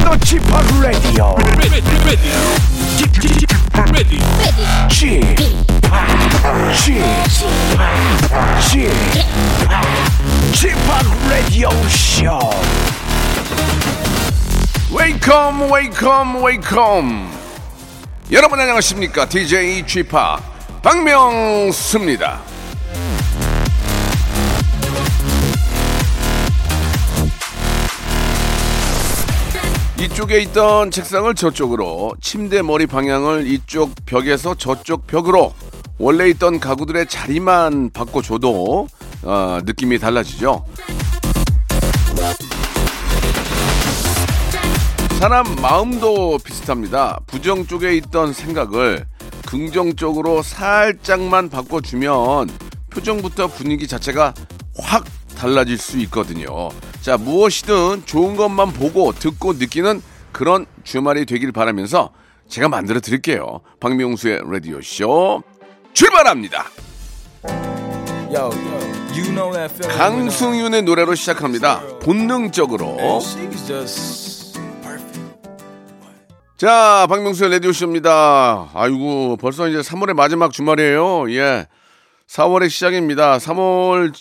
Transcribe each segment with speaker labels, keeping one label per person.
Speaker 1: 바로 지팍 라디오
Speaker 2: ready, ready, ready,
Speaker 1: 지팍 지팍 지팍 라디오 쇼
Speaker 3: 웨이컴 웨이컴 웨이컴 여러분 안녕하십니까 DJ 쥐파 박명수입니다 이쪽에 있던 책상을 저쪽으로 침대 머리 방향을 이쪽 벽에서 저쪽 벽으로 원래 있던 가구들의 자리만 바꿔줘도 어, 느낌이 달라지죠 사람 마음도 비슷합니다. 부정 쪽에 있던 생각을 긍정 쪽으로 살짝만 바꿔주면 표정부터 분위기 자체가 확 달라질 수 있거든요. 자, 무엇이든 좋은 것만 보고 듣고 느끼는 그런 주말이 되길 바라면서 제가 만들어 드릴게요. 박명수의 라디오쇼 출발합니다.
Speaker 4: Yo, you know that feeling. when, uh,
Speaker 3: 강승윤의 노래로 시작합니다. 본능적으로.
Speaker 4: she's just perfect.
Speaker 3: 자, 박명수의 라디오쇼입니다. 아이고, 벌써 이제 3월의 마지막 주말이에요. 예. 4월의 시작입니다. 3월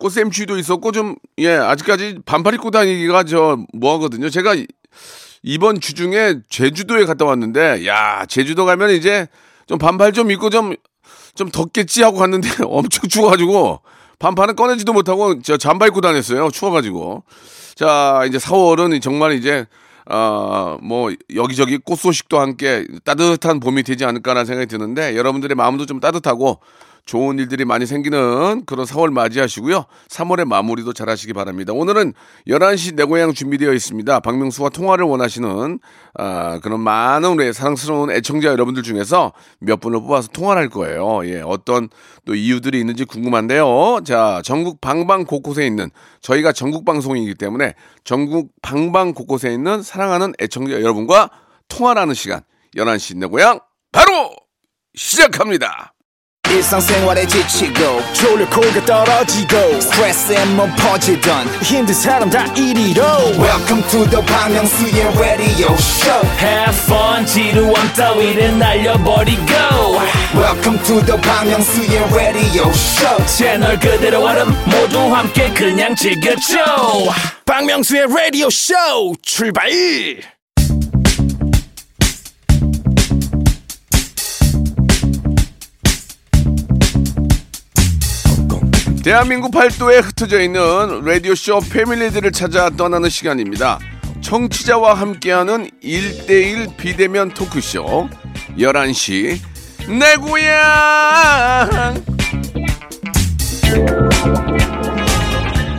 Speaker 3: 꽃샘추위도 있었고, 좀, 예, 아직까지 반팔 입고 다니기가 저 뭐하거든요. 제가 이- 이번 주 중에 제주도에 갔다 왔는데, 야, 제주도 가면 이제 좀 반팔 좀 입고 좀, 좀 덥겠지 하고 갔는데 엄청 추워가지고, 반팔은 꺼내지도 못하고 저 잠바 입고 다녔어요. 추워가지고. 자, 이제 4월은 정말 이제 아, 뭐 여기저기 꽃 소식도 함께 따뜻한 봄이 되지 않을까라는 생각이 드는데 여러분들의 마음도 좀 따뜻하고 좋은 일들이 많이 생기는 그런 4월 맞이하시고요. 3월의 마무리도 잘 하시기 바랍니다. 오늘은 11시 내 고향 준비되어 있습니다. 박명수와 통화를 원하시는 아, 그런 많은 우리 사랑스러운 애청자 여러분들 중에서 몇 분을 뽑아서 통화를 할 거예요. 예, 어떤 또 이유들이 있는지 궁금한데요. 자, 전국 방방 곳곳에 있는 저희가 전국 방송이기 때문에 전국 방방 곳곳에 있는 사랑하는 애청자 여러분과 통화하는 시간 11시 내 고향 바로 시작합니다.
Speaker 5: 일상생활에 지치고,
Speaker 1: 졸려 코가 떨어지고
Speaker 5: 스트레스에 몸 퍼지던,
Speaker 1: 힘든 사람 다 이리로
Speaker 5: welcome to the Bang Myung-soo's radio show
Speaker 4: Have fun, 지루한 따위를 날려버리고.
Speaker 5: welcome to the Bang Myung-soo's radio show
Speaker 4: 채널 그대로 얼음 모두 함께 그냥 즐겨줘.
Speaker 1: 박명수의 라디오 쇼 출발
Speaker 3: 대한민국 팔도에 흩어져 있는 라디오쇼 패밀리들을 찾아 떠나는 시간입니다. 청취자와 함께하는 일대일 비대면 토크쇼 11시 내 고향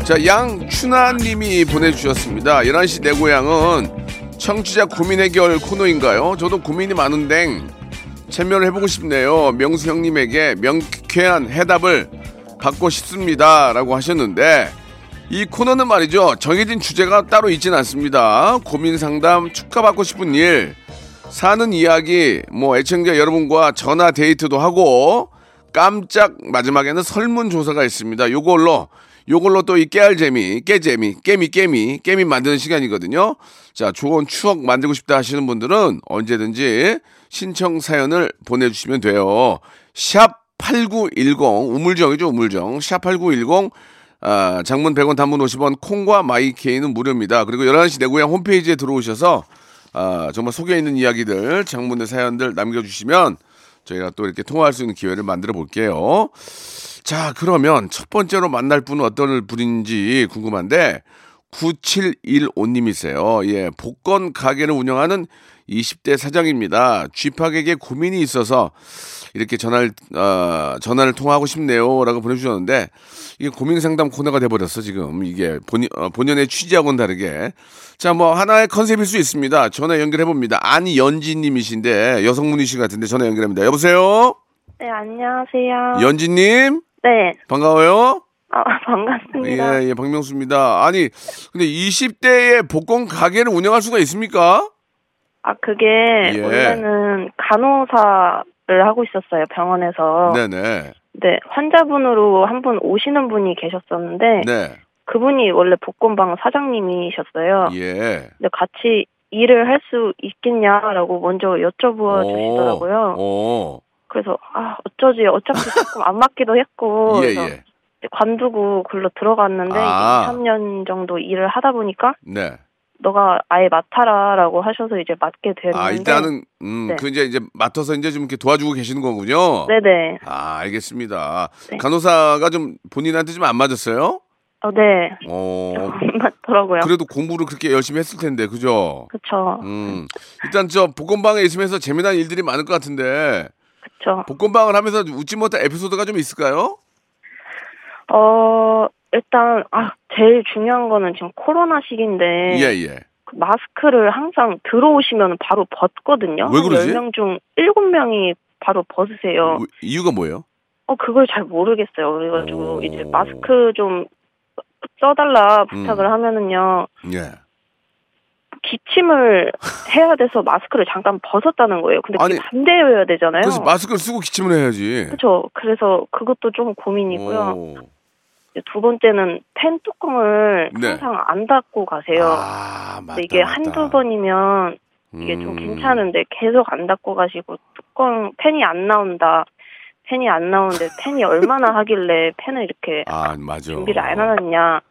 Speaker 3: 자, 양춘하님이 보내주셨습니다. 11시 내 고향은 청취자 고민 해결 코너인가요? 저도 고민이 많은데 체면을 해보고 싶네요. 명수 형님에게 명쾌한 해답을 받고 싶습니다. 라고 하셨는데 이 코너는 말이죠. 정해진 주제가 따로 있진 않습니다. 고민 상담, 축하받고 싶은 일, 사는 이야기, 뭐 애청자 여러분과 전화 데이트도 하고 깜짝 마지막에는 설문 조사가 있습니다. 요걸로 요걸로 또 이 깨알 재미, 깨재미, 깨미 깨미, 깨미 만드는 시간이거든요. 자, 좋은 추억 만들고 싶다 하시는 분들은 언제든지 신청 사연을 보내 주시면 돼요. 샵 8910 우물정이죠, 우물정. 샵 8910 아, 장문 100원, 단문 50원, 콩과 마이케이는 무료입니다. 그리고 11시 내고향 홈페이지에 들어오셔서 아, 정말 속에 있는 이야기들, 장문의 사연들 남겨주시면 저희가 또 이렇게 통화할 수 있는 기회를 만들어 볼게요. 자, 그러면 첫 번째로 만날 분은 어떤 분인지 궁금한데 9715님이세요. 예, 복권 가게를 운영하는 20대 사장입니다. 쥐팍에게 고민이 있어서 이렇게 전화를 어, 전화를 통화하고 싶네요라고 보내주셨는데 이게 고민 상담 코너가 돼버렸어 지금 이게 본 어, 본연의 취지하고는 다르게 자 뭐 하나의 컨셉일 수 있습니다. 전화 연결해 봅니다. 아니 연진님이신데 여성분이신 것 같은데 전화 연결합니다. 여보세요,
Speaker 6: 네, 안녕하세요.
Speaker 3: 연진님
Speaker 6: 네,
Speaker 3: 반가워요.
Speaker 6: 아, 반갑습니다.
Speaker 3: 예, 예, 박명수입니다. 아니, 근데 20대에 복권 가게를 운영할 수가 있습니까?
Speaker 6: 아, 그게
Speaker 3: 예.
Speaker 6: 원래는 간호사를 하고 있었어요, 병원에서. 네.
Speaker 3: 네네.
Speaker 6: 환자분으로 한 분 오시는 분이 계셨었는데,
Speaker 3: 네.
Speaker 6: 그분이 원래 복권방 사장님이셨어요.
Speaker 3: 예.
Speaker 6: 근데 같이 일을 할 수 있겠냐라고 먼저 여쭤보아 주시더라고요.
Speaker 3: 오.
Speaker 6: 그래서 아 어쩌지 어차피 조금 안 맞기도 했고
Speaker 3: 예,
Speaker 6: 그래서
Speaker 3: 예.
Speaker 6: 관두고 글로 들어갔는데
Speaker 3: 아.
Speaker 6: 3년 정도 일을 하다 보니까
Speaker 3: 네.
Speaker 6: 너가 아예 맡아라라고 하셔서 이제 맡게 됐는데
Speaker 3: 아, 일단은, 음,
Speaker 6: 네.
Speaker 3: 그 이제, 이제 맡아서 이제 좀 이렇게 도와주고 계시는 거군요.
Speaker 6: 네네
Speaker 3: 아, 알겠습니다.
Speaker 6: 네.
Speaker 3: 간호사가 좀 본인한테 좀 안 맞았어요?
Speaker 6: 어네
Speaker 3: 어.
Speaker 6: 아, 맞더라고요
Speaker 3: 그래도 공부를 그렇게 열심히 했을 텐데, 그죠?
Speaker 6: 그쵸
Speaker 3: 음.
Speaker 6: 네.
Speaker 3: 일단 저 복권방에 있으면서 재미난 일들이 많을 것 같은데,
Speaker 6: 그쵸
Speaker 3: 복권방을 하면서 웃지 못한 에피소드가 좀 있을까요?
Speaker 6: 어 일단 아 제일 중요한 거는 지금 코로나 시기인데
Speaker 3: 예, 예.
Speaker 6: 그 마스크를 항상 들어오시면 바로 벗거든요
Speaker 3: 왜 그러지?
Speaker 6: 10명 중 7명이 바로 벗으세요
Speaker 3: 우- 이유가 뭐예요?
Speaker 6: 어 그걸 잘 모르겠어요 그래가지고
Speaker 3: 오.
Speaker 6: 이제 마스크 좀 써달라 부탁을
Speaker 3: 음.
Speaker 6: 하면은요
Speaker 3: 예.
Speaker 6: 기침을 해야 돼서 마스크를 잠깐 벗었다는 거예요. 근데 그게
Speaker 3: 아니,
Speaker 6: 반대여야 되잖아요.
Speaker 3: 그래서 마스크를 쓰고 기침을 해야지.
Speaker 6: 그렇죠. 그래서 그것도 좀 고민이고요.
Speaker 3: 오.
Speaker 6: 이제 두 번째는 펜 뚜껑을
Speaker 3: 네.
Speaker 6: 항상 안 닫고 가세요.
Speaker 3: 아, 맞다.
Speaker 6: 근데 이게
Speaker 3: 맞다.
Speaker 6: 한두 번이면 이게 좀
Speaker 3: 음.
Speaker 6: 괜찮은데 계속 안 닫고 가시고 뚜껑 펜이 안 나온다. 펜이 안 나오는데 펜이 얼마나 하길래 펜을 이렇게
Speaker 3: 아, 맞아.
Speaker 6: 준비를 안 해놨냐.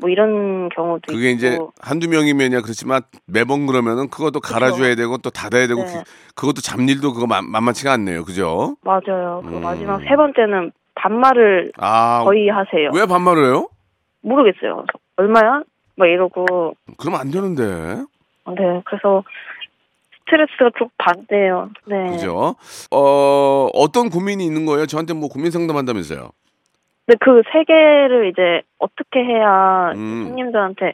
Speaker 6: 뭐 이런 경우도
Speaker 3: 그게
Speaker 6: 있고.
Speaker 3: 이제 한두 명이면야 그렇지만 매번 그러면은 그것도 갈아줘야 되고 또 닫아야 되고
Speaker 6: 네.
Speaker 3: 그, 것도 잡일도 그거 만, 만만치가 않네요. 그죠?
Speaker 6: 맞아요. 그
Speaker 3: 음.
Speaker 6: 마지막 세 번째는 반말을
Speaker 3: 아,
Speaker 6: 거의 하세요.
Speaker 3: 왜 반말을 해요?
Speaker 6: 모르겠어요. 얼마야? 막 이러고.
Speaker 3: 그러면 안 되는데.
Speaker 6: 네, 그래서 스트레스가 좀 받네요. 네.
Speaker 3: 그죠? 어, 어떤 고민이 있는 거예요? 저한테 뭐 고민 상담한다면서요.
Speaker 6: 근데 그 세 개를 이제 어떻게 해야
Speaker 3: 음.
Speaker 6: 손님들한테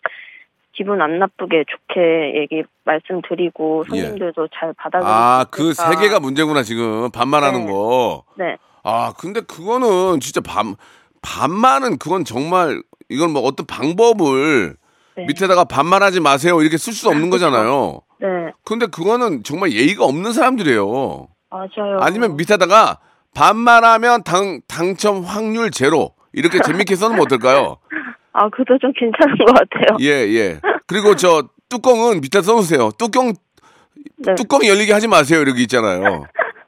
Speaker 6: 기분 안 나쁘게 좋게 얘기 말씀드리고
Speaker 3: 예.
Speaker 6: 손님들도 잘 받아들이고.
Speaker 3: 아, 그 세 개가 문제구나, 지금. 반말하는
Speaker 6: 네.
Speaker 3: 거.
Speaker 6: 네.
Speaker 3: 아, 근데 그거는 진짜 반, 반말은 그건 정말 이건 뭐 어떤 방법을
Speaker 6: 네.
Speaker 3: 밑에다가 반말하지 마세요. 이렇게 쓸 수 없는 거잖아요.
Speaker 6: 네.
Speaker 3: 근데 그거는 정말 예의가 없는 사람들이에요.
Speaker 6: 맞아요.
Speaker 3: 아니면 밑에다가 반말하면 당, 당첨 확률 제로. 이렇게 재밌게 써놓으면 어떨까요?
Speaker 6: 아, 그도 좀 괜찮은 것 같아요.
Speaker 3: 예, 예. 그리고 저 뚜껑은 밑에 써놓으세요. 뚜껑,
Speaker 6: 네.
Speaker 3: 뚜껑 열리게 하지 마세요. 이렇게 있잖아요.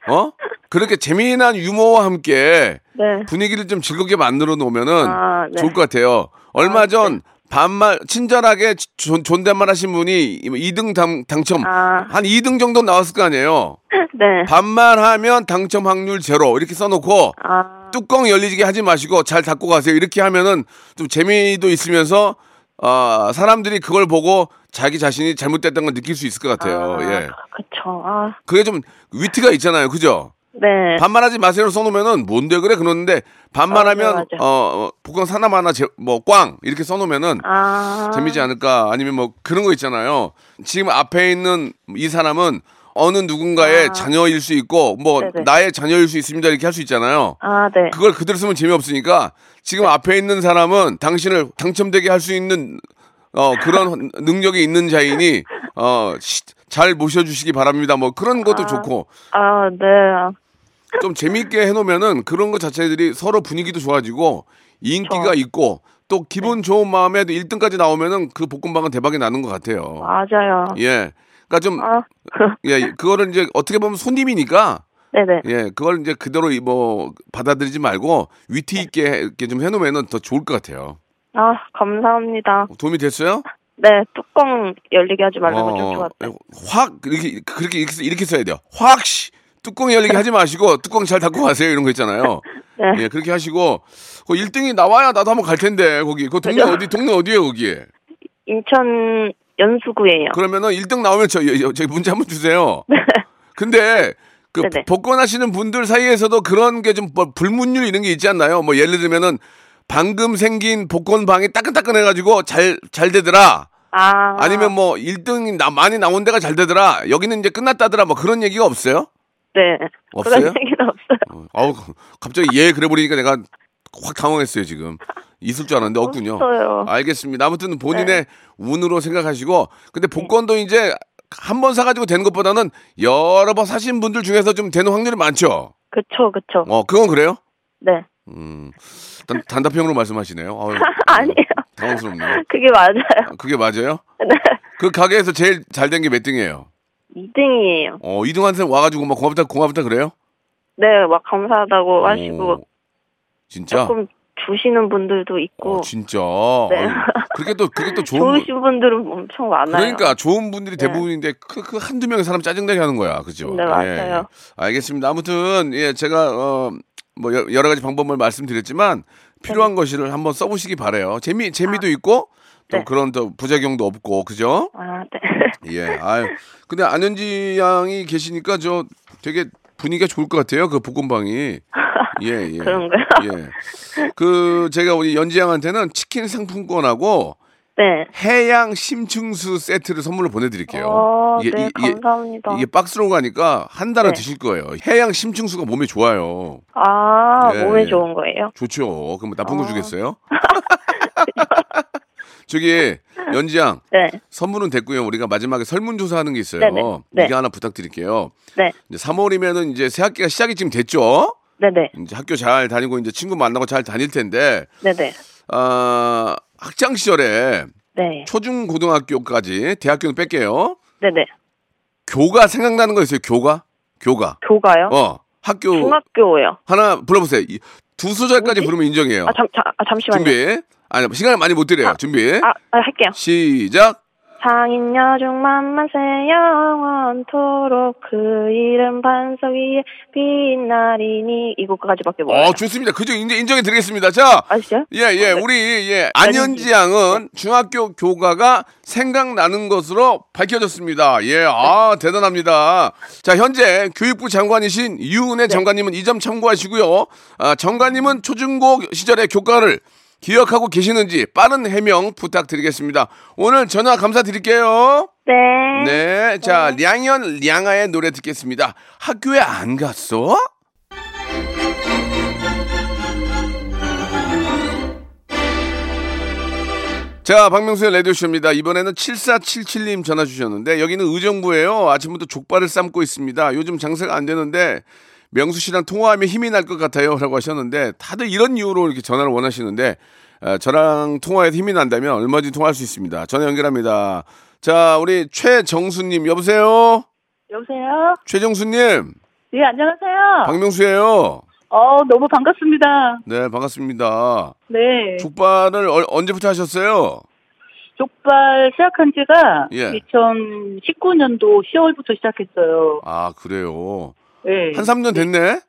Speaker 3: 어? 그렇게 재미난 유머와 함께
Speaker 6: 네.
Speaker 3: 분위기를 좀 즐겁게 만들어 놓으면은
Speaker 6: 아, 네.
Speaker 3: 좋을 것 같아요. 얼마
Speaker 6: 아,
Speaker 3: 전 반말 친절하게 존, 존댓말 하신 분이 2등 당, 당첨
Speaker 6: 아,
Speaker 3: 한 2등 정도 나왔을 거 아니에요.
Speaker 6: 네.
Speaker 3: 반말하면 당첨 확률 제로 이렇게 써놓고
Speaker 6: 아,
Speaker 3: 뚜껑 열리게 하지 마시고 잘 닫고 가세요. 이렇게 하면은 좀 재미도 있으면서 어, 사람들이 그걸 보고 자기 자신이 잘못됐다는 걸 느낄 수 있을 것 같아요.
Speaker 6: 아,
Speaker 3: 예.
Speaker 6: 그쵸. 아,
Speaker 3: 그게 좀 위트가 있잖아요. 그죠?
Speaker 6: 네.
Speaker 3: 반말하지 마세요로 써놓으면은 뭔데 그래 그러는데 반말하면
Speaker 6: 맞아, 맞아.
Speaker 3: 어, 어 복권 사나 마나 제- 뭐 꽝 이렇게 써놓으면은
Speaker 6: 아.
Speaker 3: 재미지 않을까 아니면 뭐 그런 거 있잖아요. 지금 앞에 있는 이 사람은 어느 누군가의
Speaker 6: 아.
Speaker 3: 자녀일 수 있고 뭐
Speaker 6: 네네.
Speaker 3: 나의 자녀일 수 있습니다 이렇게 할 수 있잖아요.
Speaker 6: 아, 네.
Speaker 3: 그걸 그대로 쓰면 재미없으니까 지금 앞에 있는 사람은 당신을 당첨되게 할 수 있는 어 그런 능력이 있는 자이니 어 잘 모셔주시기 바랍니다. 뭐 그런 것도 좋고
Speaker 6: 아, 네.
Speaker 3: 좀 재미있게 해놓으면은 그런 것 자체들이 서로 분위기도 좋아지고 네. 인기가
Speaker 6: 그쵸.
Speaker 3: 있고 또 기분 좋은 마음에 도 1등까지 나오면은 그 볶음밥은 대박이 나는 것 같아요.
Speaker 6: 맞아요.
Speaker 3: 예. 그러니까 좀,
Speaker 6: 아,
Speaker 3: 예, 그거를 이제 어떻게 보면 손님이니까,
Speaker 6: 네네.
Speaker 3: 예, 그걸 이제 그대로 이 뭐, 받아들이지 말고, 위트 있게 이렇게 좀 해놓으면 더 좋을 것 같아요.
Speaker 6: 아, 감사합니다.
Speaker 3: 도움이 됐어요?
Speaker 6: 네, 뚜껑 열리게 하지 말라고
Speaker 3: 어,
Speaker 6: 좀 좋았어요.
Speaker 3: 확, 이렇게, 그렇게, 이렇게, 이렇게 써야 돼요. 확, 씨! 뚜껑 열리게 하지 마시고, 뚜껑 잘 닫고 가세요. 이런 거 있잖아요.
Speaker 6: 네.
Speaker 3: 예, 그렇게 하시고, 그 1등이 나와야 나도 한번 갈 텐데, 거기. 그 동네 어디, 동네 어디에요, 거기?
Speaker 6: 인천 연수구예요.
Speaker 3: 그러면은 1등 나오면 저, 여- 여- 저기 문제 한번 주세요. 근데 그
Speaker 6: 네. 네네.
Speaker 3: 복권 하시는 분들 사이에서도 그런 게 좀뭐 불문율 이런 게 있지 않나요? 뭐 예를 들면은 방금 생긴 복권 방이 따끈따끈해가지고 잘, 잘 되더라.
Speaker 6: 아,
Speaker 3: 아니면 뭐 1등이 나, 많이 나온 데가 잘 되더라. 여기는 이제 끝났다더라. 뭐 그런 얘기가 없어요?
Speaker 6: 네.
Speaker 3: 없어요?
Speaker 6: 그런 얘기는 없어요.
Speaker 3: 어, 아우, 갑자기 예, 그래 버리니까 내가 확 당황했어요, 지금. 있을 줄 알았는데 없군요.
Speaker 6: 없어요. 네.
Speaker 3: 알겠습니다. 아무튼 본인의 운으로 생각하시고, 근데 복권도 이제 한 번 사가지고 되는 것보다는 여러 번 사신 분들 중에서 좀 되는 확률이 많죠?
Speaker 6: 그쵸, 그쵸.
Speaker 3: 어, 그건 그래요?
Speaker 6: 네.
Speaker 3: 음, 단, 단답형으로 말씀하시네요. 아유,
Speaker 6: 아니에요.
Speaker 3: 당황스럽네요.
Speaker 6: 그게 맞아요.
Speaker 3: 그게 맞아요?
Speaker 6: 네.
Speaker 3: 그 가게에서 제일 잘 된 게 몇 등이에요?
Speaker 6: 2등이에요.
Speaker 3: 어, 이등한테 와가지고 막 고맙다, 고맙다 그래요?
Speaker 6: 네, 막 감사하다고 하시고
Speaker 3: 오, 어, 진짜?
Speaker 6: 조금 주시는 분들도 있고
Speaker 3: 어, 진짜.
Speaker 6: 네.
Speaker 3: 아유, 그렇게 또, 그게 또 좋은. 분-
Speaker 6: 좋으신 분들은 엄청 많아요.
Speaker 3: 그러니까 좋은 분들이
Speaker 6: 네.
Speaker 3: 대부분인데 그, 그 한두 명의 사람 짜증나게 하는 거야. 그죠? 예,
Speaker 6: 네, 맞아요.
Speaker 3: 알겠습니다. 아무튼 예, 제가 어, 뭐 여- 여러 가지 방법을 말씀드렸지만 필요한 것을 한번 써 보시기 바래요. 재미 재미도 있고 또
Speaker 6: 네.
Speaker 3: 그런 또 부작용도 없고. 그죠?
Speaker 6: 아, 네.
Speaker 3: 예. 아유. 근데 안현지 양이 계시니까 저 되게 분위기가 좋을 것 같아요. 그 볶음방이. 예, 예.
Speaker 6: 그런가요?
Speaker 3: 예. 그 제가 우리 연지 양한테는 치킨 상품권하고
Speaker 6: 네.
Speaker 3: 해양 심층수 세트를 선물로 보내드릴게요.
Speaker 6: 어, 네, 감사합니다.
Speaker 3: 이게 박스로 가니까 한 달은
Speaker 6: 네.
Speaker 3: 드실 거예요. 해양 심층수가 몸에 좋아요.
Speaker 6: 아,
Speaker 3: 예,
Speaker 6: 몸에
Speaker 3: 예.
Speaker 6: 좋은 거예요?
Speaker 3: 좋죠. 그럼 뭐 나쁜 거 주겠어요? 저기 연지양
Speaker 6: 네.
Speaker 3: 선물은 됐고요. 우리가 마지막에 설문조사하는 게 있어요.
Speaker 6: 네네. 네.
Speaker 3: 이게 하나 부탁드릴게요.
Speaker 6: 네.
Speaker 3: 이제 3월이면은 이제 새 학기가 시작이 지금 됐죠.
Speaker 6: 네네.
Speaker 3: 이제 학교 잘 다니고 이제 친구 만나고 잘 다닐 텐데
Speaker 6: 네네.
Speaker 3: 아 학창 시절에
Speaker 6: 네.
Speaker 3: 초중 고등학교까지 대학교는 뺄게요.
Speaker 6: 네네.
Speaker 3: 교가 생각나는 거 있어요? 교가? 교가.
Speaker 6: 교가요?
Speaker 3: 어. 학교
Speaker 6: 중학교요.
Speaker 3: 하나 불러보세요. 이- 두 소절까지
Speaker 6: 뭐지?
Speaker 3: 부르면 인정이에요.
Speaker 6: 아, 잠, 자, 아, 잠시만요.
Speaker 3: 준비. 아니, 시간을 많이 못 드려요. 준비.
Speaker 6: 아, 아, 할게요.
Speaker 3: 시작.
Speaker 6: 상인여중 만만세 영원토록 그 이름 반석 위에 빛나리니 이 곡까지밖에 몰라요.
Speaker 3: 어, 좋습니다. 그중 인정, 인정해 드리겠습니다. 자.
Speaker 6: 아시죠?
Speaker 3: 예, 예. 우리, 예. 안현지 양은 중학교 교가가 생각나는 것으로 밝혀졌습니다. 예. 아, 대단합니다. 자, 현재 교육부 장관이신 유은혜 장관님은 이 점 참고하시고요. 아, 장관님은 초중고 시절의 교과를 기억하고 계시는지 빠른 해명 부탁드리겠습니다. 오늘 전화 감사드릴게요.
Speaker 6: 네.
Speaker 3: 네. 자, 량현, 량아의 노래 듣겠습니다. 학교에 안 갔어? 자, 박명수의 라디오쇼입니다. 이번에는 7477님 전화 주셨는데, 여기는 의정부예요. 아침부터 족발을 삶고 있습니다. 요즘 장사가 안 되는데, 명수 씨랑 통화하면 힘이 날 것 같아요. 라고 하셨는데, 다들 이런 이유로 이렇게 전화를 원하시는데, 아, 저랑 통화해서 힘이 난다면 얼마든지 통화할 수 있습니다. 전화 연결합니다. 자, 우리 최정수님, 여보세요?
Speaker 7: 여보세요?
Speaker 3: 최정수님,
Speaker 7: 예, 안녕하세요.
Speaker 3: 박명수예요
Speaker 7: 어, 너무 반갑습니다.
Speaker 3: 네, 반갑습니다.
Speaker 7: 네.
Speaker 3: 족발을 얼- 언제부터 하셨어요?
Speaker 7: 족발 시작한 지가
Speaker 3: 예.
Speaker 7: 2019년도 10월부터 시작했어요.
Speaker 3: 아, 그래요.
Speaker 7: 예.
Speaker 3: 한 3년 됐네?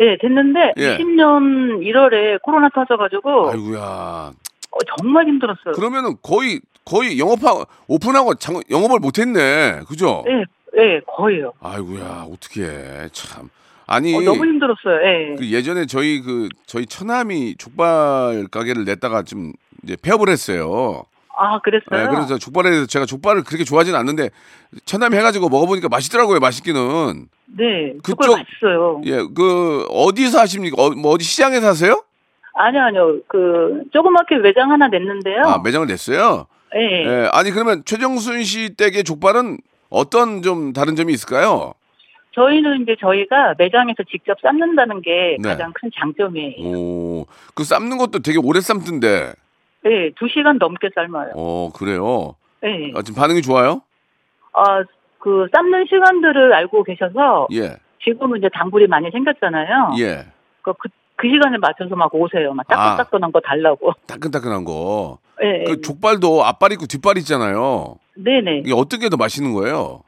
Speaker 7: 예, 됐는데
Speaker 3: 예.
Speaker 7: 20년 1월에 코로나 터져가지고
Speaker 3: 아이고야.
Speaker 7: 어, 정말 힘들었어요.
Speaker 3: 그러면은 거의 거의 영업하고 오픈하고 장, 영업을 못했네. 그죠?
Speaker 7: 예, 예, 거의요.
Speaker 3: 아이고야 어떻게 참 아니
Speaker 7: 어, 너무 힘들었어요. 예.
Speaker 3: 그 예전에 저희 그 저희 처남이 족발 가게를 냈다가 좀 이제 폐업을 했어요.
Speaker 7: 아, 그랬어요?
Speaker 3: 예, 그래서 족발에 대해서 제가 족발을 그렇게 좋아하진 않는데 처남이 해가지고 먹어보니까 맛있더라고요. 맛있기는
Speaker 7: 네, 족발
Speaker 3: 그쪽-
Speaker 7: 맛있어요.
Speaker 3: 예 그 어디서 하십니까? 어, 뭐 어디 시장에서 하세요?
Speaker 7: 아니요, 아니요. 그 조그맣게 매장 하나 냈는데요.
Speaker 3: 아 매장을 냈어요.
Speaker 7: 예.
Speaker 3: 예 아니 그러면 최정순 씨 댁의 족발은 어떤 좀 다른 점이 있을까요?
Speaker 7: 저희는 이제 저희가 매장에서 직접 삶는다는 게
Speaker 3: 네.
Speaker 7: 가장 큰 장점이에요.
Speaker 3: 오, 그 삶는 것도 되게 오래 삶던데.
Speaker 7: 네, 두 시간 넘게 삶아요.
Speaker 3: 어, 그래요.
Speaker 7: 네.
Speaker 3: 아, 지금 반응이 좋아요?
Speaker 7: 아, 그 삶는 시간들을 알고 계셔서
Speaker 3: 예,
Speaker 7: 지금은 이제 당불이 많이 생겼잖아요.
Speaker 3: 예.
Speaker 7: 그, 그, 그 시간에 맞춰서 막 오세요. 막
Speaker 3: 아.
Speaker 7: 따끈따끈한 거 달라고.
Speaker 3: 따끈따끈한 거.
Speaker 7: 네,
Speaker 3: 그 족발도 앞발 있고 뒷발 있잖아요.
Speaker 7: 네네.
Speaker 3: 이게 어떻게 더 맛있는 거예요?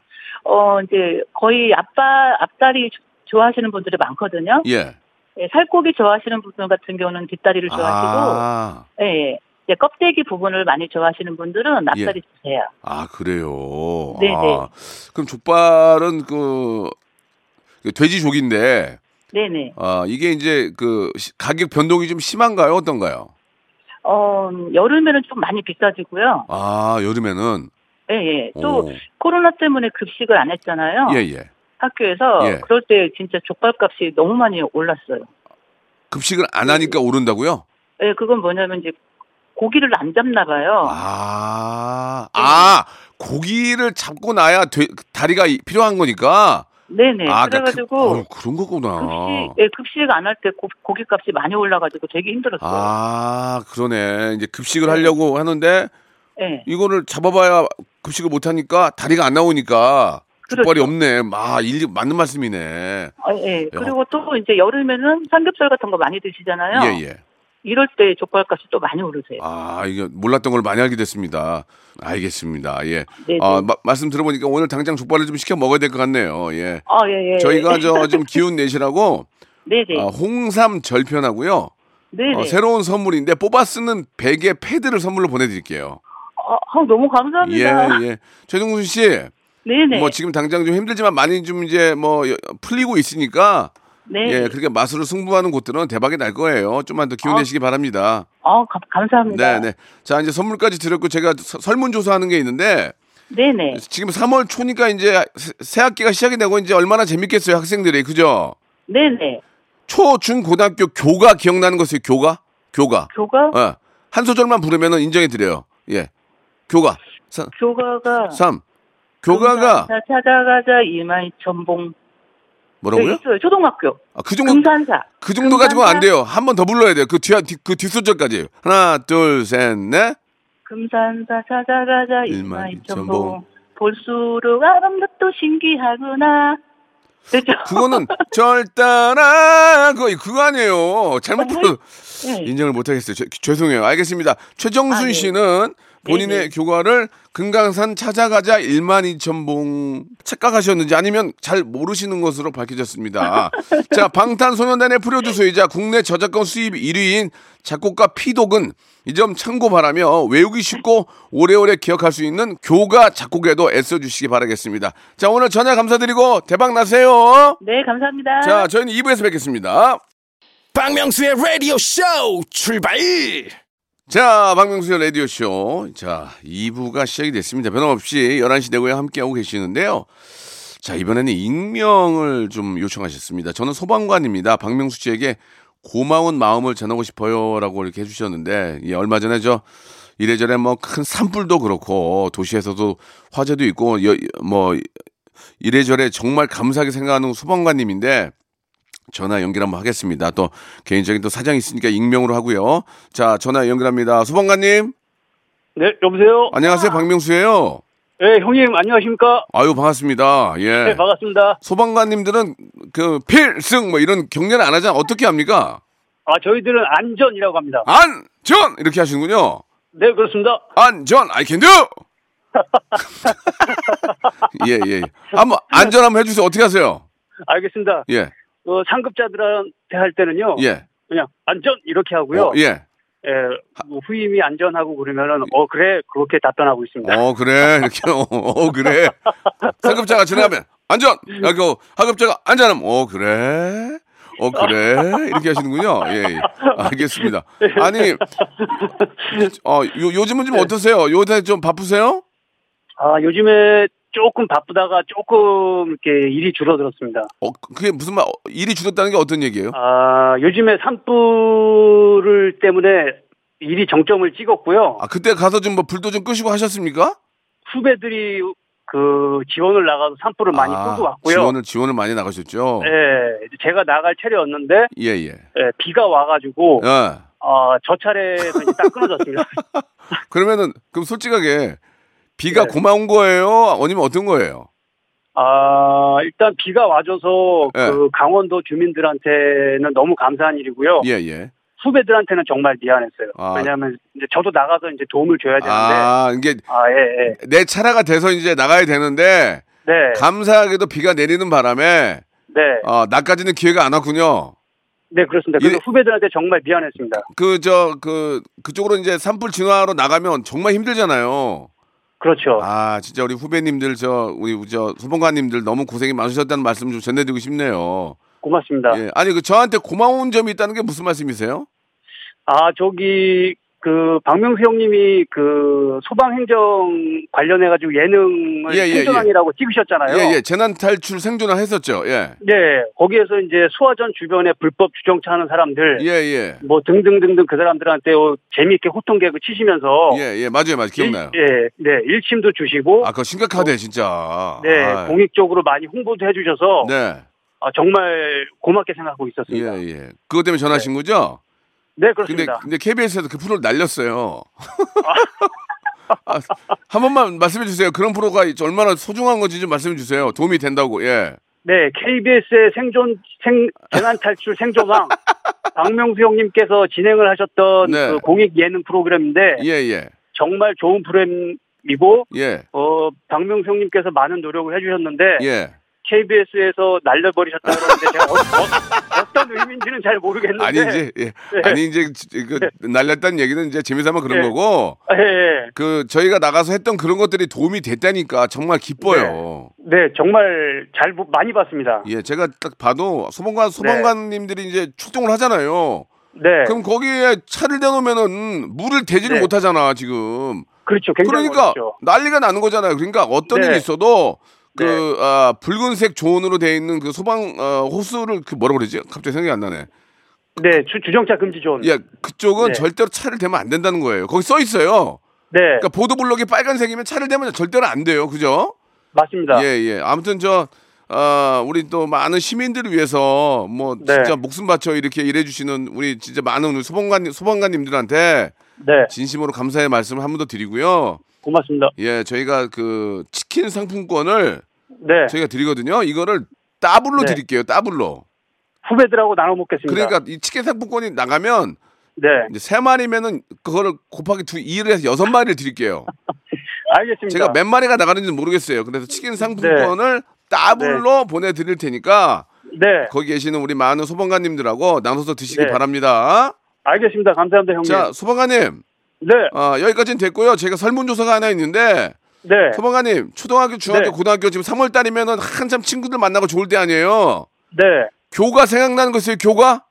Speaker 7: 어, 이제 거의 앞발, 앞다리 조- 좋아하시는 분들이 많거든요.
Speaker 3: 예.
Speaker 7: 예, 살코기 좋아하시는 분들 같은 경우는 뒷다리를 좋아하시고,
Speaker 3: 아,
Speaker 7: 예, 예. 이제 껍데기 부분을 많이 좋아하시는 분들은 앞다리 주세요.
Speaker 3: 아, 그래요.
Speaker 7: 네,
Speaker 3: 아, 그럼 족발은 그 돼지족인데,
Speaker 7: 네네.
Speaker 3: 아, 이게 이제 그 시- 가격 변동이 좀 심한가요? 어떤가요?
Speaker 7: 어, 여름에는 좀 많이 비싸지고요.
Speaker 3: 아, 여름에는.
Speaker 7: 예, 예. 또
Speaker 3: 오.
Speaker 7: 코로나 때문에 급식을 안 했잖아요.
Speaker 3: 예, 예.
Speaker 7: 학교에서
Speaker 3: 예.
Speaker 7: 그럴 때 진짜 족발값이 너무 많이 올랐어요.
Speaker 3: 급식을 안
Speaker 7: 네.
Speaker 3: 하니까 오른다고요?
Speaker 7: 예, 그건 뭐냐면 이제 고기를 안 잡나 봐요.
Speaker 3: 아,
Speaker 7: 네.
Speaker 3: 아, 고기를 잡고 나야 돼- 다리가 이- 필요한 거니까.
Speaker 7: 네네.
Speaker 3: 아, 그러니까
Speaker 7: 그래가지고
Speaker 3: 그, 런 거구나.
Speaker 7: 급식, 예, 급식 안 할 때 고기값이 많이 올라가지고 되게 힘들었어요. 네.
Speaker 3: 아, 그러네. 이제 급식을 하려고 하는데
Speaker 7: 예.
Speaker 3: 이거를 잡아봐야 급식을 못 하니까 다리가 안 나오니까
Speaker 8: 그렇죠.
Speaker 3: 족발이 없네. 아, 일리 맞는 말씀이네.
Speaker 7: 어,
Speaker 8: 아, 예. 그리고 또 이제 여름에는 삼겹살 같은 거 많이 드시잖아요.
Speaker 3: 예, 예.
Speaker 8: 이럴 때 족발값이 또 많이 오르세요.
Speaker 3: 아, 이게 몰랐던 걸 많이 알게 됐습니다. 알겠습니다. 예.
Speaker 8: 네네.
Speaker 3: 아, 마- 말씀 들어보니까 오늘 당장 족발을 좀 시켜 먹어야 될 것 같네요. 예.
Speaker 8: 아, 예, 예.
Speaker 3: 저희가 저 좀 기운 내시라고
Speaker 8: 네네.
Speaker 3: 아, 홍삼 절편하고요.
Speaker 8: 네네.
Speaker 3: 어, 새로운 선물인데 뽑아 쓰는 베개 패드를 선물로 보내드릴게요.
Speaker 7: 어,
Speaker 8: 아, 아, 너무 감사합니다.
Speaker 3: 예, 예. 최동순 씨,
Speaker 8: 네네.
Speaker 3: 뭐 지금 당장 좀 힘들지만 많이 좀 이제 뭐 여- 풀리고 있으니까
Speaker 8: 네.
Speaker 3: 예, 그렇게 맛으로 승부하는 곳들은 대박이 날 거예요. 좀만 더 기운 내시기 바랍니다.
Speaker 7: 어,
Speaker 8: 아, 감- 감사합니다.
Speaker 3: 네, 네. 자, 이제 선물까지 드렸고 제가 서- 설문조사하는 게 있는데
Speaker 8: 네네.
Speaker 3: 지금 3월 초니까 이제 새- 새 학기가 시작이 되고 이제 얼마나 재밌겠어요, 학생들이. 그죠?
Speaker 8: 네네.
Speaker 3: 초, 중, 고등학교 교가 기억나는 것이에요, 교가? 교가.
Speaker 8: 교가,
Speaker 3: 예. 한 소절만 부르면은 인정해 드려요. 예. 교가. 사,
Speaker 8: 교가가.
Speaker 3: 3. 교가가
Speaker 8: 금산사 찾아가자 이만이천봉. 네,
Speaker 3: 뭐라고요?
Speaker 8: 있어요. 초등학교.
Speaker 3: 아, 그 정도
Speaker 8: 금산사.
Speaker 3: 그 정도 가지고 안
Speaker 8: 금산사-
Speaker 3: 돼요. 한 번 더 불러야 돼요. 그 뒤, 뒤- 그 뒷소절까지. 하나, 둘, 셋, 넷.
Speaker 8: 금산사 찾아가자
Speaker 3: 일만이천봉.
Speaker 8: 이만이천봉. 볼수록 아름답고 신기하구나. 그렇죠? 그죠?
Speaker 3: 그거는 절따라 그거 그거 아니에요. 잘못 불러
Speaker 8: 어, 네.
Speaker 3: 인정을 못 하겠어요. 죄- 죄송해요. 알겠습니다. 최정순
Speaker 8: 아, 네.
Speaker 3: 씨는 본인의
Speaker 8: 네, 네.
Speaker 3: 교과를 금강산 찾아가자 1만 2천 봉 착각하셨는지 아니면 잘 모르시는 것으로 밝혀졌습니다. 자, 방탄소년단의 프로듀서이자 국내 저작권 수입 1위인 작곡가 피독은 이 점 참고 바라며 외우기 쉽고 오래오래 기억할 수 있는 교과 작곡에도 애써주시기 바라겠습니다. 자, 오늘 전화 감사드리고 대박 나세요.
Speaker 8: 네, 감사합니다.
Speaker 7: 아.
Speaker 3: 자, 저희는 2부에서 뵙겠습니다.
Speaker 1: 박명수의 라디오 쇼 출발
Speaker 3: 자, 박명수의 라디오쇼. 자, 2부가 시작이 됐습니다. 변함없이 11시 내고에 함께하고 계시는데요. 자, 이번에는 익명을 좀 요청하셨습니다. 저는 소방관입니다. 박명수 씨에게 고마운 마음을 전하고 싶어요. 라고 이렇게 해주셨는데, 예, 얼마 전에 저 이래저래 뭐 큰 산불도 그렇고, 도시에서도 화재도 있고, 여- 뭐, 이래저래 정말 감사하게 생각하는 소방관님인데, 전화 연결 한번 하겠습니다. 또 개인적인 또 사정이 있으니까 익명으로 하고요. 자, 전화 연결합니다. 소방관님,
Speaker 7: 네, 여보세요.
Speaker 3: 안녕하세요. 박명수예요.
Speaker 7: 네, 형님 안녕하십니까?
Speaker 3: 아유, 반갑습니다. 예.
Speaker 7: 네, 반갑습니다.
Speaker 3: 소방관님들은 그 필승 뭐 이런 격려를 안 하잖아. 어떻게 합니까?
Speaker 7: 아, 저희들은 안전이라고 합니다.
Speaker 3: 안전 이렇게 하시는군요.
Speaker 7: 네, 그렇습니다.
Speaker 3: 안전 I can do. 예, 예. 한번 안전 한번 해 주세요. 어떻게 하세요?
Speaker 7: 알겠습니다.
Speaker 3: 예.
Speaker 7: 어, 상급자들한테 할 때는요.
Speaker 3: 예.
Speaker 7: 그냥 안전 이렇게 하고요.
Speaker 3: 어, 예.
Speaker 7: 예, 뭐 후임이 안전하고 그러면은 어 그래 그렇게 답변하고 있습니다.
Speaker 3: 어, 그래. 이렇게 어, 어 그래. 상급자가 지나가면 안전. 그리고 하급자가 안전함. 어, 그래. 어, 그래. 이렇게 하시는군요. 예, 예. 알겠습니다. 아니, 어, 요, 요즘은 좀 어떠세요? 요새 좀 바쁘세요?
Speaker 7: 아, 요즘에 조금 바쁘다가 조금 이렇게 일이 줄어들었습니다.
Speaker 3: 어, 그게 무슨 말, 어, 일이 줄었다는 게 어떤 얘기예요?
Speaker 7: 아, 요즘에 산불을 때문에 일이 정점을 찍었고요.
Speaker 3: 아, 그때 가서 좀 뭐 불도 좀 끄시고 하셨습니까?
Speaker 7: 후배들이 그 지원을 나가서 산불을 많이
Speaker 3: 아,
Speaker 7: 끄고 왔고요.
Speaker 3: 지원을, 지원을 많이 나가셨죠?
Speaker 7: 예, 이제 제가 나갈 차례였는데
Speaker 3: 예, 예.
Speaker 7: 예, 비가 와가지고
Speaker 3: 예.
Speaker 7: 어, 저 차례에서 이제 딱 끊어졌습니다.
Speaker 3: 그러면은, 그럼 솔직하게, 비가
Speaker 7: 네.
Speaker 3: 고마운 거예요? 아니면 어떤 거예요?
Speaker 7: 아 일단 비가 와줘서
Speaker 3: 예.
Speaker 7: 그 강원도 주민들한테는 너무 감사한 일이고요.
Speaker 3: 예, 예.
Speaker 7: 후배들한테는 정말 미안했어요.
Speaker 3: 아.
Speaker 7: 왜냐하면 이제 저도 나가서 이제 도움을 줘야 되는데
Speaker 3: 아, 이게
Speaker 7: 아예 예.
Speaker 3: 내 차례가 돼서 이제 나가야 되는데
Speaker 7: 네,
Speaker 3: 감사하게도 비가 내리는 바람에
Speaker 7: 네,
Speaker 3: 어, 나까지는 기회가 안 왔군요.
Speaker 7: 네 그렇습니다. 그래서
Speaker 3: 일-
Speaker 7: 후배들한테 정말 미안했습니다.
Speaker 3: 그 저 그 그쪽으로 이제 산불 진화로 나가면 정말 힘들잖아요.
Speaker 7: 그렇죠.
Speaker 3: 아 진짜 우리 후배님들 저 우리 저 소방관님들 너무 고생이 많으셨다는 말씀 좀 전해드리고 싶네요.
Speaker 7: 고맙습니다.
Speaker 3: 예, 아니 그 저한테 고마운 점이 있다는 게 무슨 말씀이세요?
Speaker 7: 아 저기 그 박명수 형님이 그 소방행정 관련해가지고 예능을
Speaker 3: 예, 예, 예.
Speaker 7: 행정왕이라고 찍으셨잖아요.
Speaker 3: 예예 재난 탈출 생존을 했었죠. 예예
Speaker 7: 네, 거기에서 이제 소화전 주변에 불법 주정차 하는 사람들,
Speaker 3: 예. 예.
Speaker 7: 뭐 등등등등 그 사람들한테 어, 재미있게 호통 개그 치시면서,
Speaker 3: 예, 예, 맞아요 맞아요 기억나요.
Speaker 7: 일, 어. 예, 네, 일침도 주시고,
Speaker 3: 아 그거 심각하대 진짜.
Speaker 7: 네,
Speaker 3: 아이. 예.
Speaker 7: 공익적으로 많이 홍보도 해주셔서,
Speaker 3: 네.
Speaker 7: 아, 정말 고맙게 생각하고
Speaker 3: 예,
Speaker 7: 있었습니다.
Speaker 3: 예. 그것 때문에 전화하신 거죠?
Speaker 7: 네,
Speaker 3: 근데,
Speaker 7: 그렇습니다.
Speaker 3: 근데 KBS에서 그 프로를 날렸어요. 아, 한 번만 말씀해 주세요. 그런 프로가 얼마나 소중한 건지 좀 말씀해 주세요. 도움이 된다고. 예.
Speaker 7: 네, KBS의 생존 생 재난 탈출 생존왕 박명수 형님께서 진행을 하셨던
Speaker 3: 네.
Speaker 7: 그 공익 예능 프로그램인데
Speaker 3: 예, 예.
Speaker 7: 정말 좋은 프로그램이고
Speaker 3: 예.
Speaker 7: 어 박명수 형님께서 많은 노력을 해주셨는데
Speaker 3: 예.
Speaker 7: KBS에서 날려버리셨다 그러는데 제가 어, 떤 의미인지는 잘 모르겠는데
Speaker 3: 아니지.
Speaker 7: 네.
Speaker 3: 예. 아니 이제 지- 그 날렸다는 얘기는 이제 재미삼아 그런
Speaker 7: 네.
Speaker 3: 거고
Speaker 7: 예, 예.
Speaker 3: 그 저희가 나가서 했던 그런 것들이 도움이 됐다니까 정말 기뻐요.
Speaker 7: 네, 정말 잘 보- 많이 봤습니다.
Speaker 3: 예, 제가 딱 봐도 소방관 소방관님들이 이제 출동을 하잖아요.
Speaker 7: 네,
Speaker 3: 그럼 거기에 차를 대놓으면은 물을 대지를
Speaker 7: 네.
Speaker 3: 못하잖아 지금.
Speaker 7: 그렇죠. 굉장히
Speaker 3: 그러니까
Speaker 7: 어렵죠.
Speaker 3: 난리가 나는 거잖아요. 그러니까 어떤
Speaker 7: 네.
Speaker 3: 일이 있어도 그
Speaker 7: 네.
Speaker 3: 아, 붉은색 조언으로 돼 있는 그 소방 어, 호수를 그 뭐라고 그러지? 갑자기 생각이 안 나네.
Speaker 7: 네, 주, 주정차 금지 존.
Speaker 3: 예, 그쪽은
Speaker 7: 네.
Speaker 3: 절대로 차를 대면 안 된다는 거예요. 거기 써 있어요.
Speaker 7: 네,
Speaker 3: 그러니까 보도블록이 빨간색이면 차를 대면 절대로 안 돼요. 그죠?
Speaker 7: 맞습니다.
Speaker 3: 예, 예. 아무튼 저 어, 우리 또 많은 시민들을 위해서 뭐
Speaker 7: 네.
Speaker 3: 진짜 목숨 바쳐 이렇게 일해 주시는 우리 진짜 많은 우리 소방관 소방관님들한테
Speaker 7: 네,
Speaker 3: 진심으로 감사의 말씀을 한 번 더 드리고요.
Speaker 7: 고맙습니다.
Speaker 3: 예, 저희가 그 치킨 상품권을
Speaker 7: 네,
Speaker 3: 저희가 드리거든요. 이거를 더블로
Speaker 7: 네.
Speaker 3: 드릴게요. 더블로.
Speaker 7: 후배들하고 나눠 먹겠습니다.
Speaker 3: 그러니까 이 치킨 상품권이 나가면
Speaker 7: 네,
Speaker 3: 이제 세 마리면은 그거를 곱하기 두 2를 해서 여섯 마리를 드릴게요.
Speaker 7: 알겠습니다. 네.
Speaker 3: 제가 몇 마리가 나가는지 는 모르겠어요. 그래서 치킨 상품권을 더블로 보내드릴 테니까
Speaker 7: 네,
Speaker 3: 거기 계시는 우리 많은 소방관님들하고 나눠서 드시기
Speaker 7: 네.
Speaker 3: 바랍니다.
Speaker 7: 알겠습니다. 감사합니다, 형님.
Speaker 3: 자, 소방관님,
Speaker 7: 네,
Speaker 3: 아, 여기까지는 됐고요. 제가 설문조사가 하나 있는데
Speaker 7: 네,
Speaker 3: 소방관님, 초등학교, 중학교,
Speaker 7: 네.
Speaker 3: 고등학교 지금 3월달이면 한참 친구들 만나고 좋을 때 아니에요.
Speaker 7: 네.
Speaker 3: 교가 생각나는 거 있어요? 교가?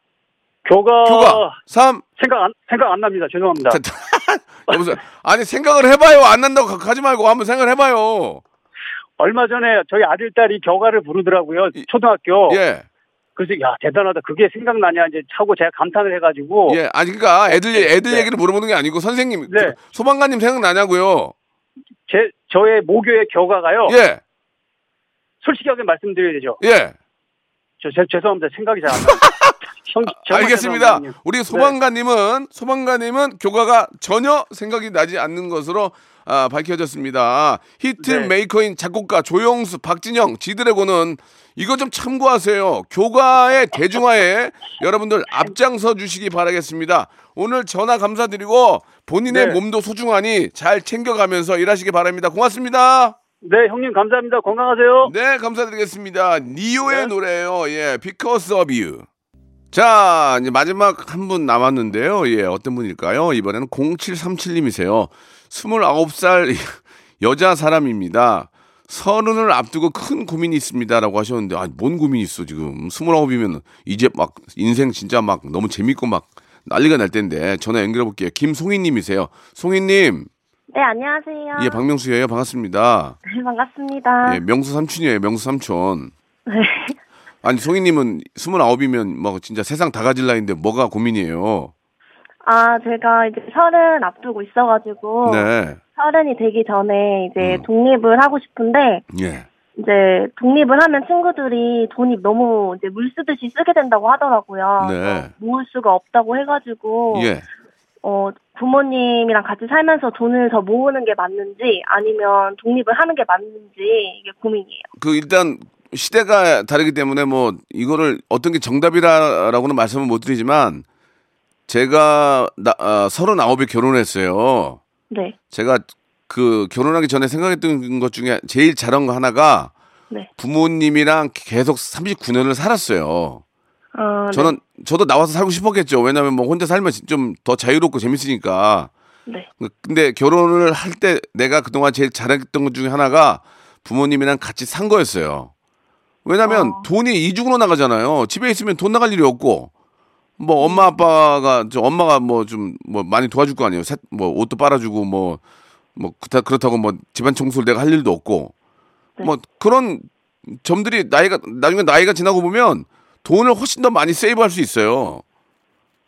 Speaker 7: 교가,
Speaker 3: 교가. 삼
Speaker 7: 생각 안 생각 안 납니다. 죄송합니다.
Speaker 3: 3. 여보세요. 아니 생각을 해봐요. 안 난다고 가- 가지 말고 한번 생각을 해봐요.
Speaker 7: 어. 얼마 전에 저희 아들 딸이 교가를 부르더라고요. 초등학교.
Speaker 3: 예,
Speaker 7: 그래서 야 대단하다. 그게 생각나냐 이제 하고 제가 감탄을 해가지고.
Speaker 3: 예. 아니 그러니까 애들 얘- 애들
Speaker 7: 어. 네.
Speaker 3: 얘기를 물어보는 게 아니고 선생님,
Speaker 7: 네. 어.
Speaker 3: 그 소방관님 생각나냐고요.
Speaker 7: 제 저의 모교의 교가가요.
Speaker 3: 예,
Speaker 7: 솔직하게 말씀드려야 되죠.
Speaker 3: 예.
Speaker 7: 저, 제- 죄송합니다. 생각이 잘 안 나요. 형, 정말
Speaker 3: 알겠습니다.
Speaker 7: 죄송합니다, 형님.
Speaker 3: 우리 소방관님은 소방관님은 교과가 전혀 생각이 나지 않는 것으로 아, 밝혀졌습니다. 히트
Speaker 7: 네.
Speaker 3: 메이커인 작곡가 조영수, 박진영, 지드래곤은 이거 좀 참고하세요. 교과의 대중화에 여러분들 앞장서 주시기 바라겠습니다. 오늘 전화 감사드리고 본인의
Speaker 7: 네.
Speaker 3: 몸도 소중하니 잘 챙겨가면서 일하시기 바랍니다. 고맙습니다.
Speaker 7: 네, 형님 감사합니다. 건강하세요.
Speaker 3: 네, 감사드리겠습니다. 니오의
Speaker 7: 네.
Speaker 3: 노래예요. 예, Because of You. 자, 이제 마지막 한 분 남았는데요. 예, 어떤 분일까요? 이번에는 0737님이세요. 29살 여자 사람입니다. 서른을 앞두고 큰 고민이 있습니다라고 하셨는데, 아, 뭔 고민이 있어, 지금. 29이면 이제 막 인생 진짜 막 너무 재밌고 막 난리가 날 텐데, 전화 연결해 볼게요. 김송희님이세요. 송희님,
Speaker 6: 네, 안녕하세요.
Speaker 3: 예, 박명수예요. 반갑습니다.
Speaker 6: 네, 반갑습니다.
Speaker 3: 예, 명수 삼촌이에요. 명수 삼촌.
Speaker 6: 네.
Speaker 3: 아니 송이님은 스물아홉이면 뭐 진짜 세상 다 가질 나이인데 뭐가 고민이에요?
Speaker 6: 아, 제가 이제 서른 앞두고 있어가지고
Speaker 3: 네,
Speaker 6: 서른이 되기 전에 이제
Speaker 3: 음.
Speaker 6: 독립을 하고 싶은데
Speaker 3: 예,
Speaker 6: 이제 독립을 하면 친구들이 돈이 너무 이제 물 쓰듯이 쓰게 된다고 하더라고요.
Speaker 3: 네.
Speaker 6: 그래서 모을 수가 없다고 해가지고
Speaker 3: 예.
Speaker 6: 어, 부모님이랑 같이 살면서 돈을 더 모으는 게 맞는지 아니면 독립을 하는 게 맞는지 이게 고민이에요.
Speaker 3: 그 일단 시대가 다르기 때문에 뭐 이거를 어떤 게 정답이라라고는 말씀을 못 드리지만 제가 나 아, 서른아홉에 결혼했어요.
Speaker 6: 네,
Speaker 3: 제가 그 결혼하기 전에 생각했던 것 중에 제일 잘한 거 하나가
Speaker 6: 네.
Speaker 3: 부모님이랑 계속 39년을 살았어요.
Speaker 6: 아, 네.
Speaker 3: 저는 저도 나와서 살고 싶었겠죠. 왜냐하면 뭐 혼자 살면 좀 더 자유롭고 재밌으니까.
Speaker 6: 네.
Speaker 3: 근데 결혼을 할 때 내가 그동안 제일 잘했던 것 중에 하나가 부모님이랑 같이 산 거였어요. 왜냐하면
Speaker 6: 어.
Speaker 3: 돈이 이중으로 나가잖아요. 집에 있으면 돈 나갈 일이 없고 뭐
Speaker 6: 네.
Speaker 3: 엄마 아빠가 저 엄마가 뭐 좀 뭐 많이 도와줄 거 아니에요. 세- 뭐 옷도 빨아주고 뭐. 뭐 그렇다 그렇다고 뭐 집안 청소를 내가 할 일도 없고
Speaker 6: 네.
Speaker 3: 뭐 그런 점들이 나이가 나중에 나이가 지나고 보면 돈을 훨씬 더 많이 세이브할 수 있어요.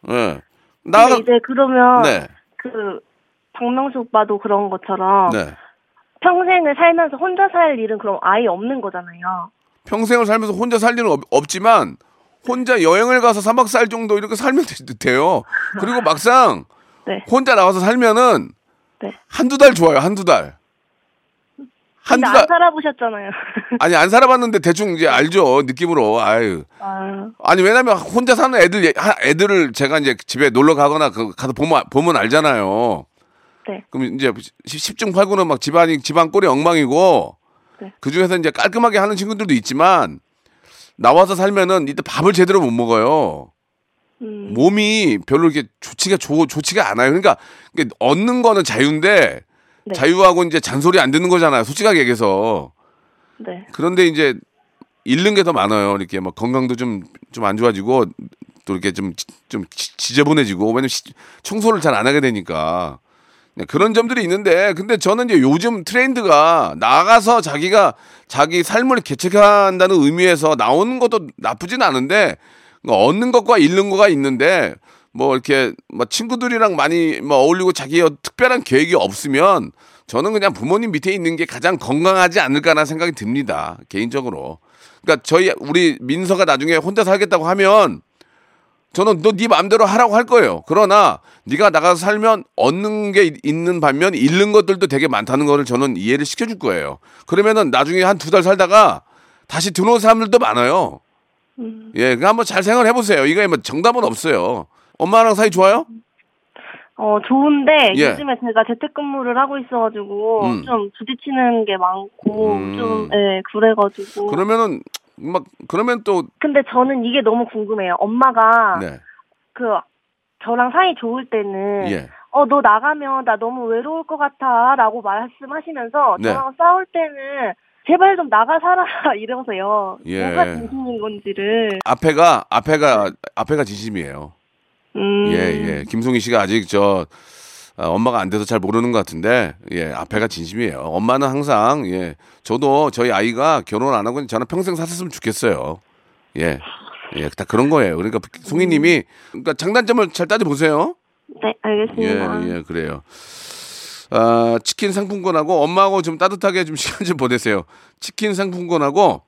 Speaker 3: 예. 나
Speaker 6: 근데 이제 그러면
Speaker 3: 네.
Speaker 6: 그 박명수 오빠도 그런 것처럼
Speaker 3: 네.
Speaker 6: 평생을 살면서 혼자 살 일은 그럼 아예 없는 거잖아요.
Speaker 3: 평생을 살면서 혼자 살 일은 없, 지만 혼자 여행을 가서 3박 4일 정도 이렇게 살면 되- 돼요. 그리고 막상
Speaker 6: 네.
Speaker 3: 혼자 나와서 살면은
Speaker 6: 네.
Speaker 3: 한두 달 좋아요. 한두 달.
Speaker 6: 근데
Speaker 3: 한두
Speaker 6: 안
Speaker 3: 달.
Speaker 6: 살아보셨잖아요.
Speaker 3: 아니 안 살아봤는데 대충 이제 알죠 느낌으로. 아유.
Speaker 6: 아,
Speaker 3: 아니 왜냐면 혼자 사는 애들 얘- 하- 애들을 제가 이제 집에 놀러 가거나 그 가서 보면 보면 알잖아요.
Speaker 6: 네.
Speaker 3: 그럼 이제 십- 십중 팔구는 막 집안이 집안 꼴이 엉망이고
Speaker 6: 네.
Speaker 3: 그 중에서 이제 깔끔하게 하는 친구들도 있지만 나와서 살면은 이때 밥을 제대로 못 먹어요.
Speaker 6: 음,
Speaker 3: 몸이 별로 이렇게 좋지가 좋 좋지가 않아요. 그러니까 이게 얻는 거는 자유인데
Speaker 6: 네.
Speaker 3: 자유하고 이제 잔소리 안 듣는 거잖아요. 솔직하게 얘기해서.
Speaker 6: 네.
Speaker 3: 그런데 이제 잃는 게 더 많아요. 이렇게 막 건강도 좀 좀 안 좋아지고 또 이렇게 좀 지- 좀 지- 지저분해지고 왜냐면 시- 청소를 잘 안 하게 되니까 네, 그런 점들이 있는데 근데 저는 이제 요즘 트렌드가 나가서 자기가 자기 삶을 개척한다는 의미에서 나오는 것도 나쁘진 않은데 그러니까 얻는 것과 잃는 거가 있는데 뭐 이렇게 뭐 친구들이랑 많이 뭐 어울리고 자기의 특별한 계획이 없으면 저는 그냥 부모님 밑에 있는 게 가장 건강하지 않을까라는 생각이 듭니다 개인적으로 그러니까 저희 우리 민서가 나중에 혼자 살겠다고 하면 저는 너 네 마음대로 하라고 할 거예요. 그러나 네가 나가서 살면 얻는 게 있- 있는 반면 잃는 것들도 되게 많다는 거를 저는 이해를 시켜줄 거예요. 그러면은 나중에 한 두 달 살다가 다시 들어온 사람들도 많아요. 예, 그 한번 잘 생각을 해보세요. 이거에 뭐 정답은 없어요. 엄마랑 사이 좋아요?
Speaker 6: 어, 좋은데
Speaker 3: 예.
Speaker 6: 요즘에 제가 재택근무를 하고 있어가지고
Speaker 3: 음.
Speaker 6: 좀 부딪히는 게 많고
Speaker 3: 음.
Speaker 6: 좀, 예, 그래가지고.
Speaker 3: 그러면은 막 그러면 또
Speaker 6: 근데 저는 이게 너무 궁금해요. 엄마가
Speaker 3: 네,
Speaker 6: 그 저랑 사이 좋을 때는
Speaker 3: 예,
Speaker 6: 어 너 나가면 나 너무 외로울 것 같아라고 말씀하시면서
Speaker 3: 네.
Speaker 6: 저랑 싸울 때는 제발 좀 나가 살아 이러세요.
Speaker 3: 예.
Speaker 6: 뭐가 진심인 건지를.
Speaker 3: 앞에가 앞에가 앞에가 진심이에요.
Speaker 6: 음.
Speaker 3: 예, 예. 김송희 씨가 아직 저 아, 엄마가 안 돼서 잘 모르는 것 같은데 예, 앞에가 진심이에요. 엄마는 항상 예, 저도 저희 아이가 결혼 안 하고 저는 평생 살았으면 좋겠어요. 예, 예, 다 그런 거예요. 그러니까 송희님이 그러니까 장단점을 잘 따져 보세요.
Speaker 6: 네, 알겠습니다.
Speaker 3: 예, 예, 그래요. 아, 치킨 상품권하고 엄마하고 좀 따뜻하게 좀 시간 좀 보내세요. 치킨 상품권하고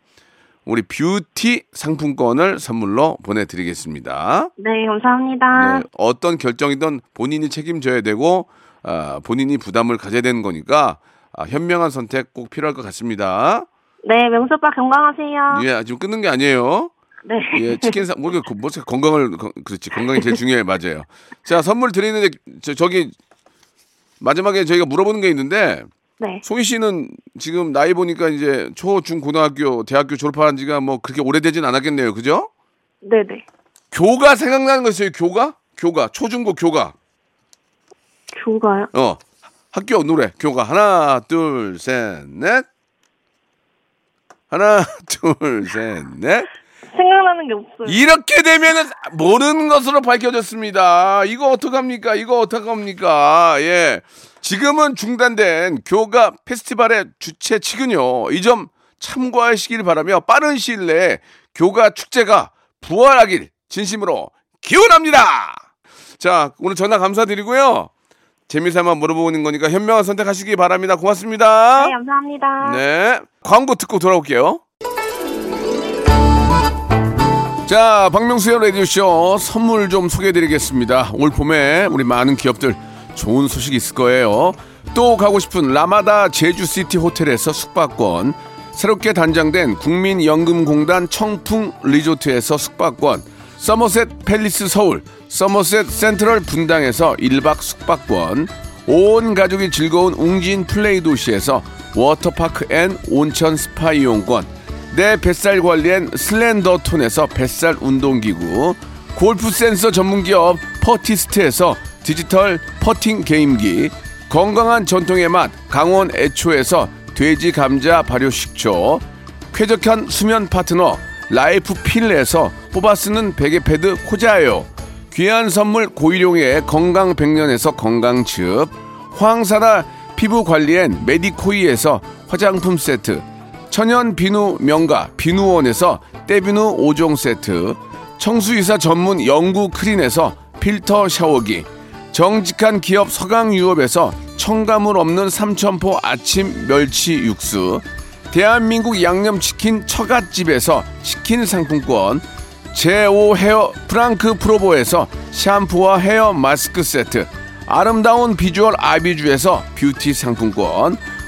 Speaker 3: 우리 뷰티 상품권을 선물로 보내드리겠습니다.
Speaker 6: 네, 감사합니다.
Speaker 3: 네, 어떤 결정이든 본인이 책임져야 되고 아, 본인이 부담을 가져야 되는 거니까 아, 현명한 선택 꼭 필요할 것 같습니다.
Speaker 6: 네, 명수 오빠 건강하세요.
Speaker 3: 예, 지금 끊는 게 아니에요.
Speaker 6: 네.
Speaker 3: 예, 치킨 사, 뭐, 이렇게 뭐, 이렇게 건강을, 건- 그렇지. 건강이 제일 중요해, 맞아요. 자, 선물 드리는데, 저, 저기, 마지막에 저희가 물어보는 게 있는데,
Speaker 6: 네.
Speaker 3: 송희 씨는 지금 나이 보니까 이제 초, 중, 고등학교, 대학교 졸업한 지가 뭐 그렇게 오래되진 않았겠네요. 그죠?
Speaker 6: 네, 네.
Speaker 3: 교가 생각나는 거 있어요, 교가? 교가. 초, 중, 고 교가.
Speaker 6: 교가요?
Speaker 3: 어 학교 노래 교가 하나 둘 셋 넷 하나 둘 셋 넷
Speaker 6: 생각나는 게 없어요.
Speaker 3: 이렇게 되면은 모르는 것으로 밝혀졌습니다 이거 어떡합니까 이거 어떡합니까 예 지금은 중단된 교가 페스티벌의 주최 측은요 이 점 참고하시길 바라며 빠른 시일 내에 교가 축제가 부활하길 진심으로 기원합니다 자 오늘 전화 감사드리고요 재미삼아 물어보는 거니까 현명한 선택하시기 바랍니다. 고맙습니다.
Speaker 6: 네, 감사합니다.
Speaker 3: 네. 광고 듣고 돌아올게요. 자, 박명수의 라디오쇼 선물 좀 소개해드리겠습니다. 올 봄에 우리 많은 기업들 좋은 소식 있을 거예요. 또 가고 싶은 라마다 제주시티 호텔에서 숙박권, 새롭게 단장된 국민연금공단 청풍 리조트에서 숙박권, 서머셋 팰리스 서울, 서머셋 센트럴 분당에서 1박 숙박권, 온 가족이 즐거운 웅진 플레이 도시에서 워터파크 앤 온천 스파 이용권, 내 뱃살 관리엔 슬렌더 톤에서 뱃살 운동기구, 골프 센서 전문기업 퍼티스트에서 디지털 퍼팅 게임기, 건강한 전통의 맛 강원 애초에서 돼지 감자 발효 식초, 쾌적한 수면 파트너 라이프 필에서 뽑아 쓰는 베개 패드 코자요, 귀한 선물 고일용의 건강 백년에서 건강즙, 황사라 피부 관리엔 메디코이에서 화장품 세트, 천연 비누 명가 비누원에서 때비누 5종 세트 청수이사 전문 영구 크린에서 필터 샤워기 정직한 기업 서강유업에서 청가물 없는 삼천포 아침 멸치 육수 대한민국 양념치킨 처갓집에서 치킨 상품권 제오 헤어 프랑크 프로보에서 샴푸와 헤어 마스크 세트 아름다운 비주얼 아비주에서 뷰티 상품권,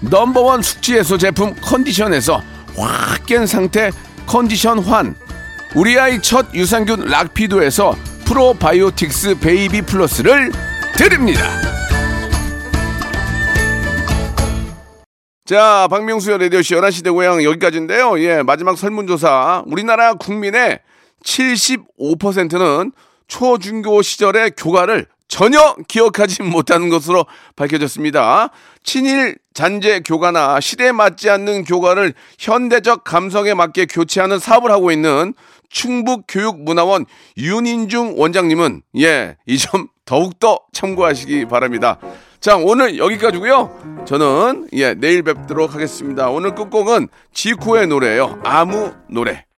Speaker 3: 넘버원 숙취 해소 제품 컨디션에서 확 깬 상태 컨디션 환 우리 아이 첫 유산균 락피도에서 프로바이오틱스 베이비 플러스를 드립니다. 자, 박명수의 라디오쇼 11시 대고향 여기까지인데요. 예, 마지막 설문조사. 우리나라 국민의 75%는 초중고 시절의 교과를 전혀 기억하지 못하는 것으로 밝혀졌습니다. 친일 잔재 교과나 시대에 맞지 않는 교과를 현대적 감성에 맞게 교체하는 사업을 하고 있는 충북교육문화원 윤인중 원장님은 예, 이 점 더욱더 참고하시기 바랍니다. 자, 오늘 여기까지고요. 저는 예, 내일 뵙도록 하겠습니다. 오늘 끝곡은 지코의 노래예요. 아무 노래.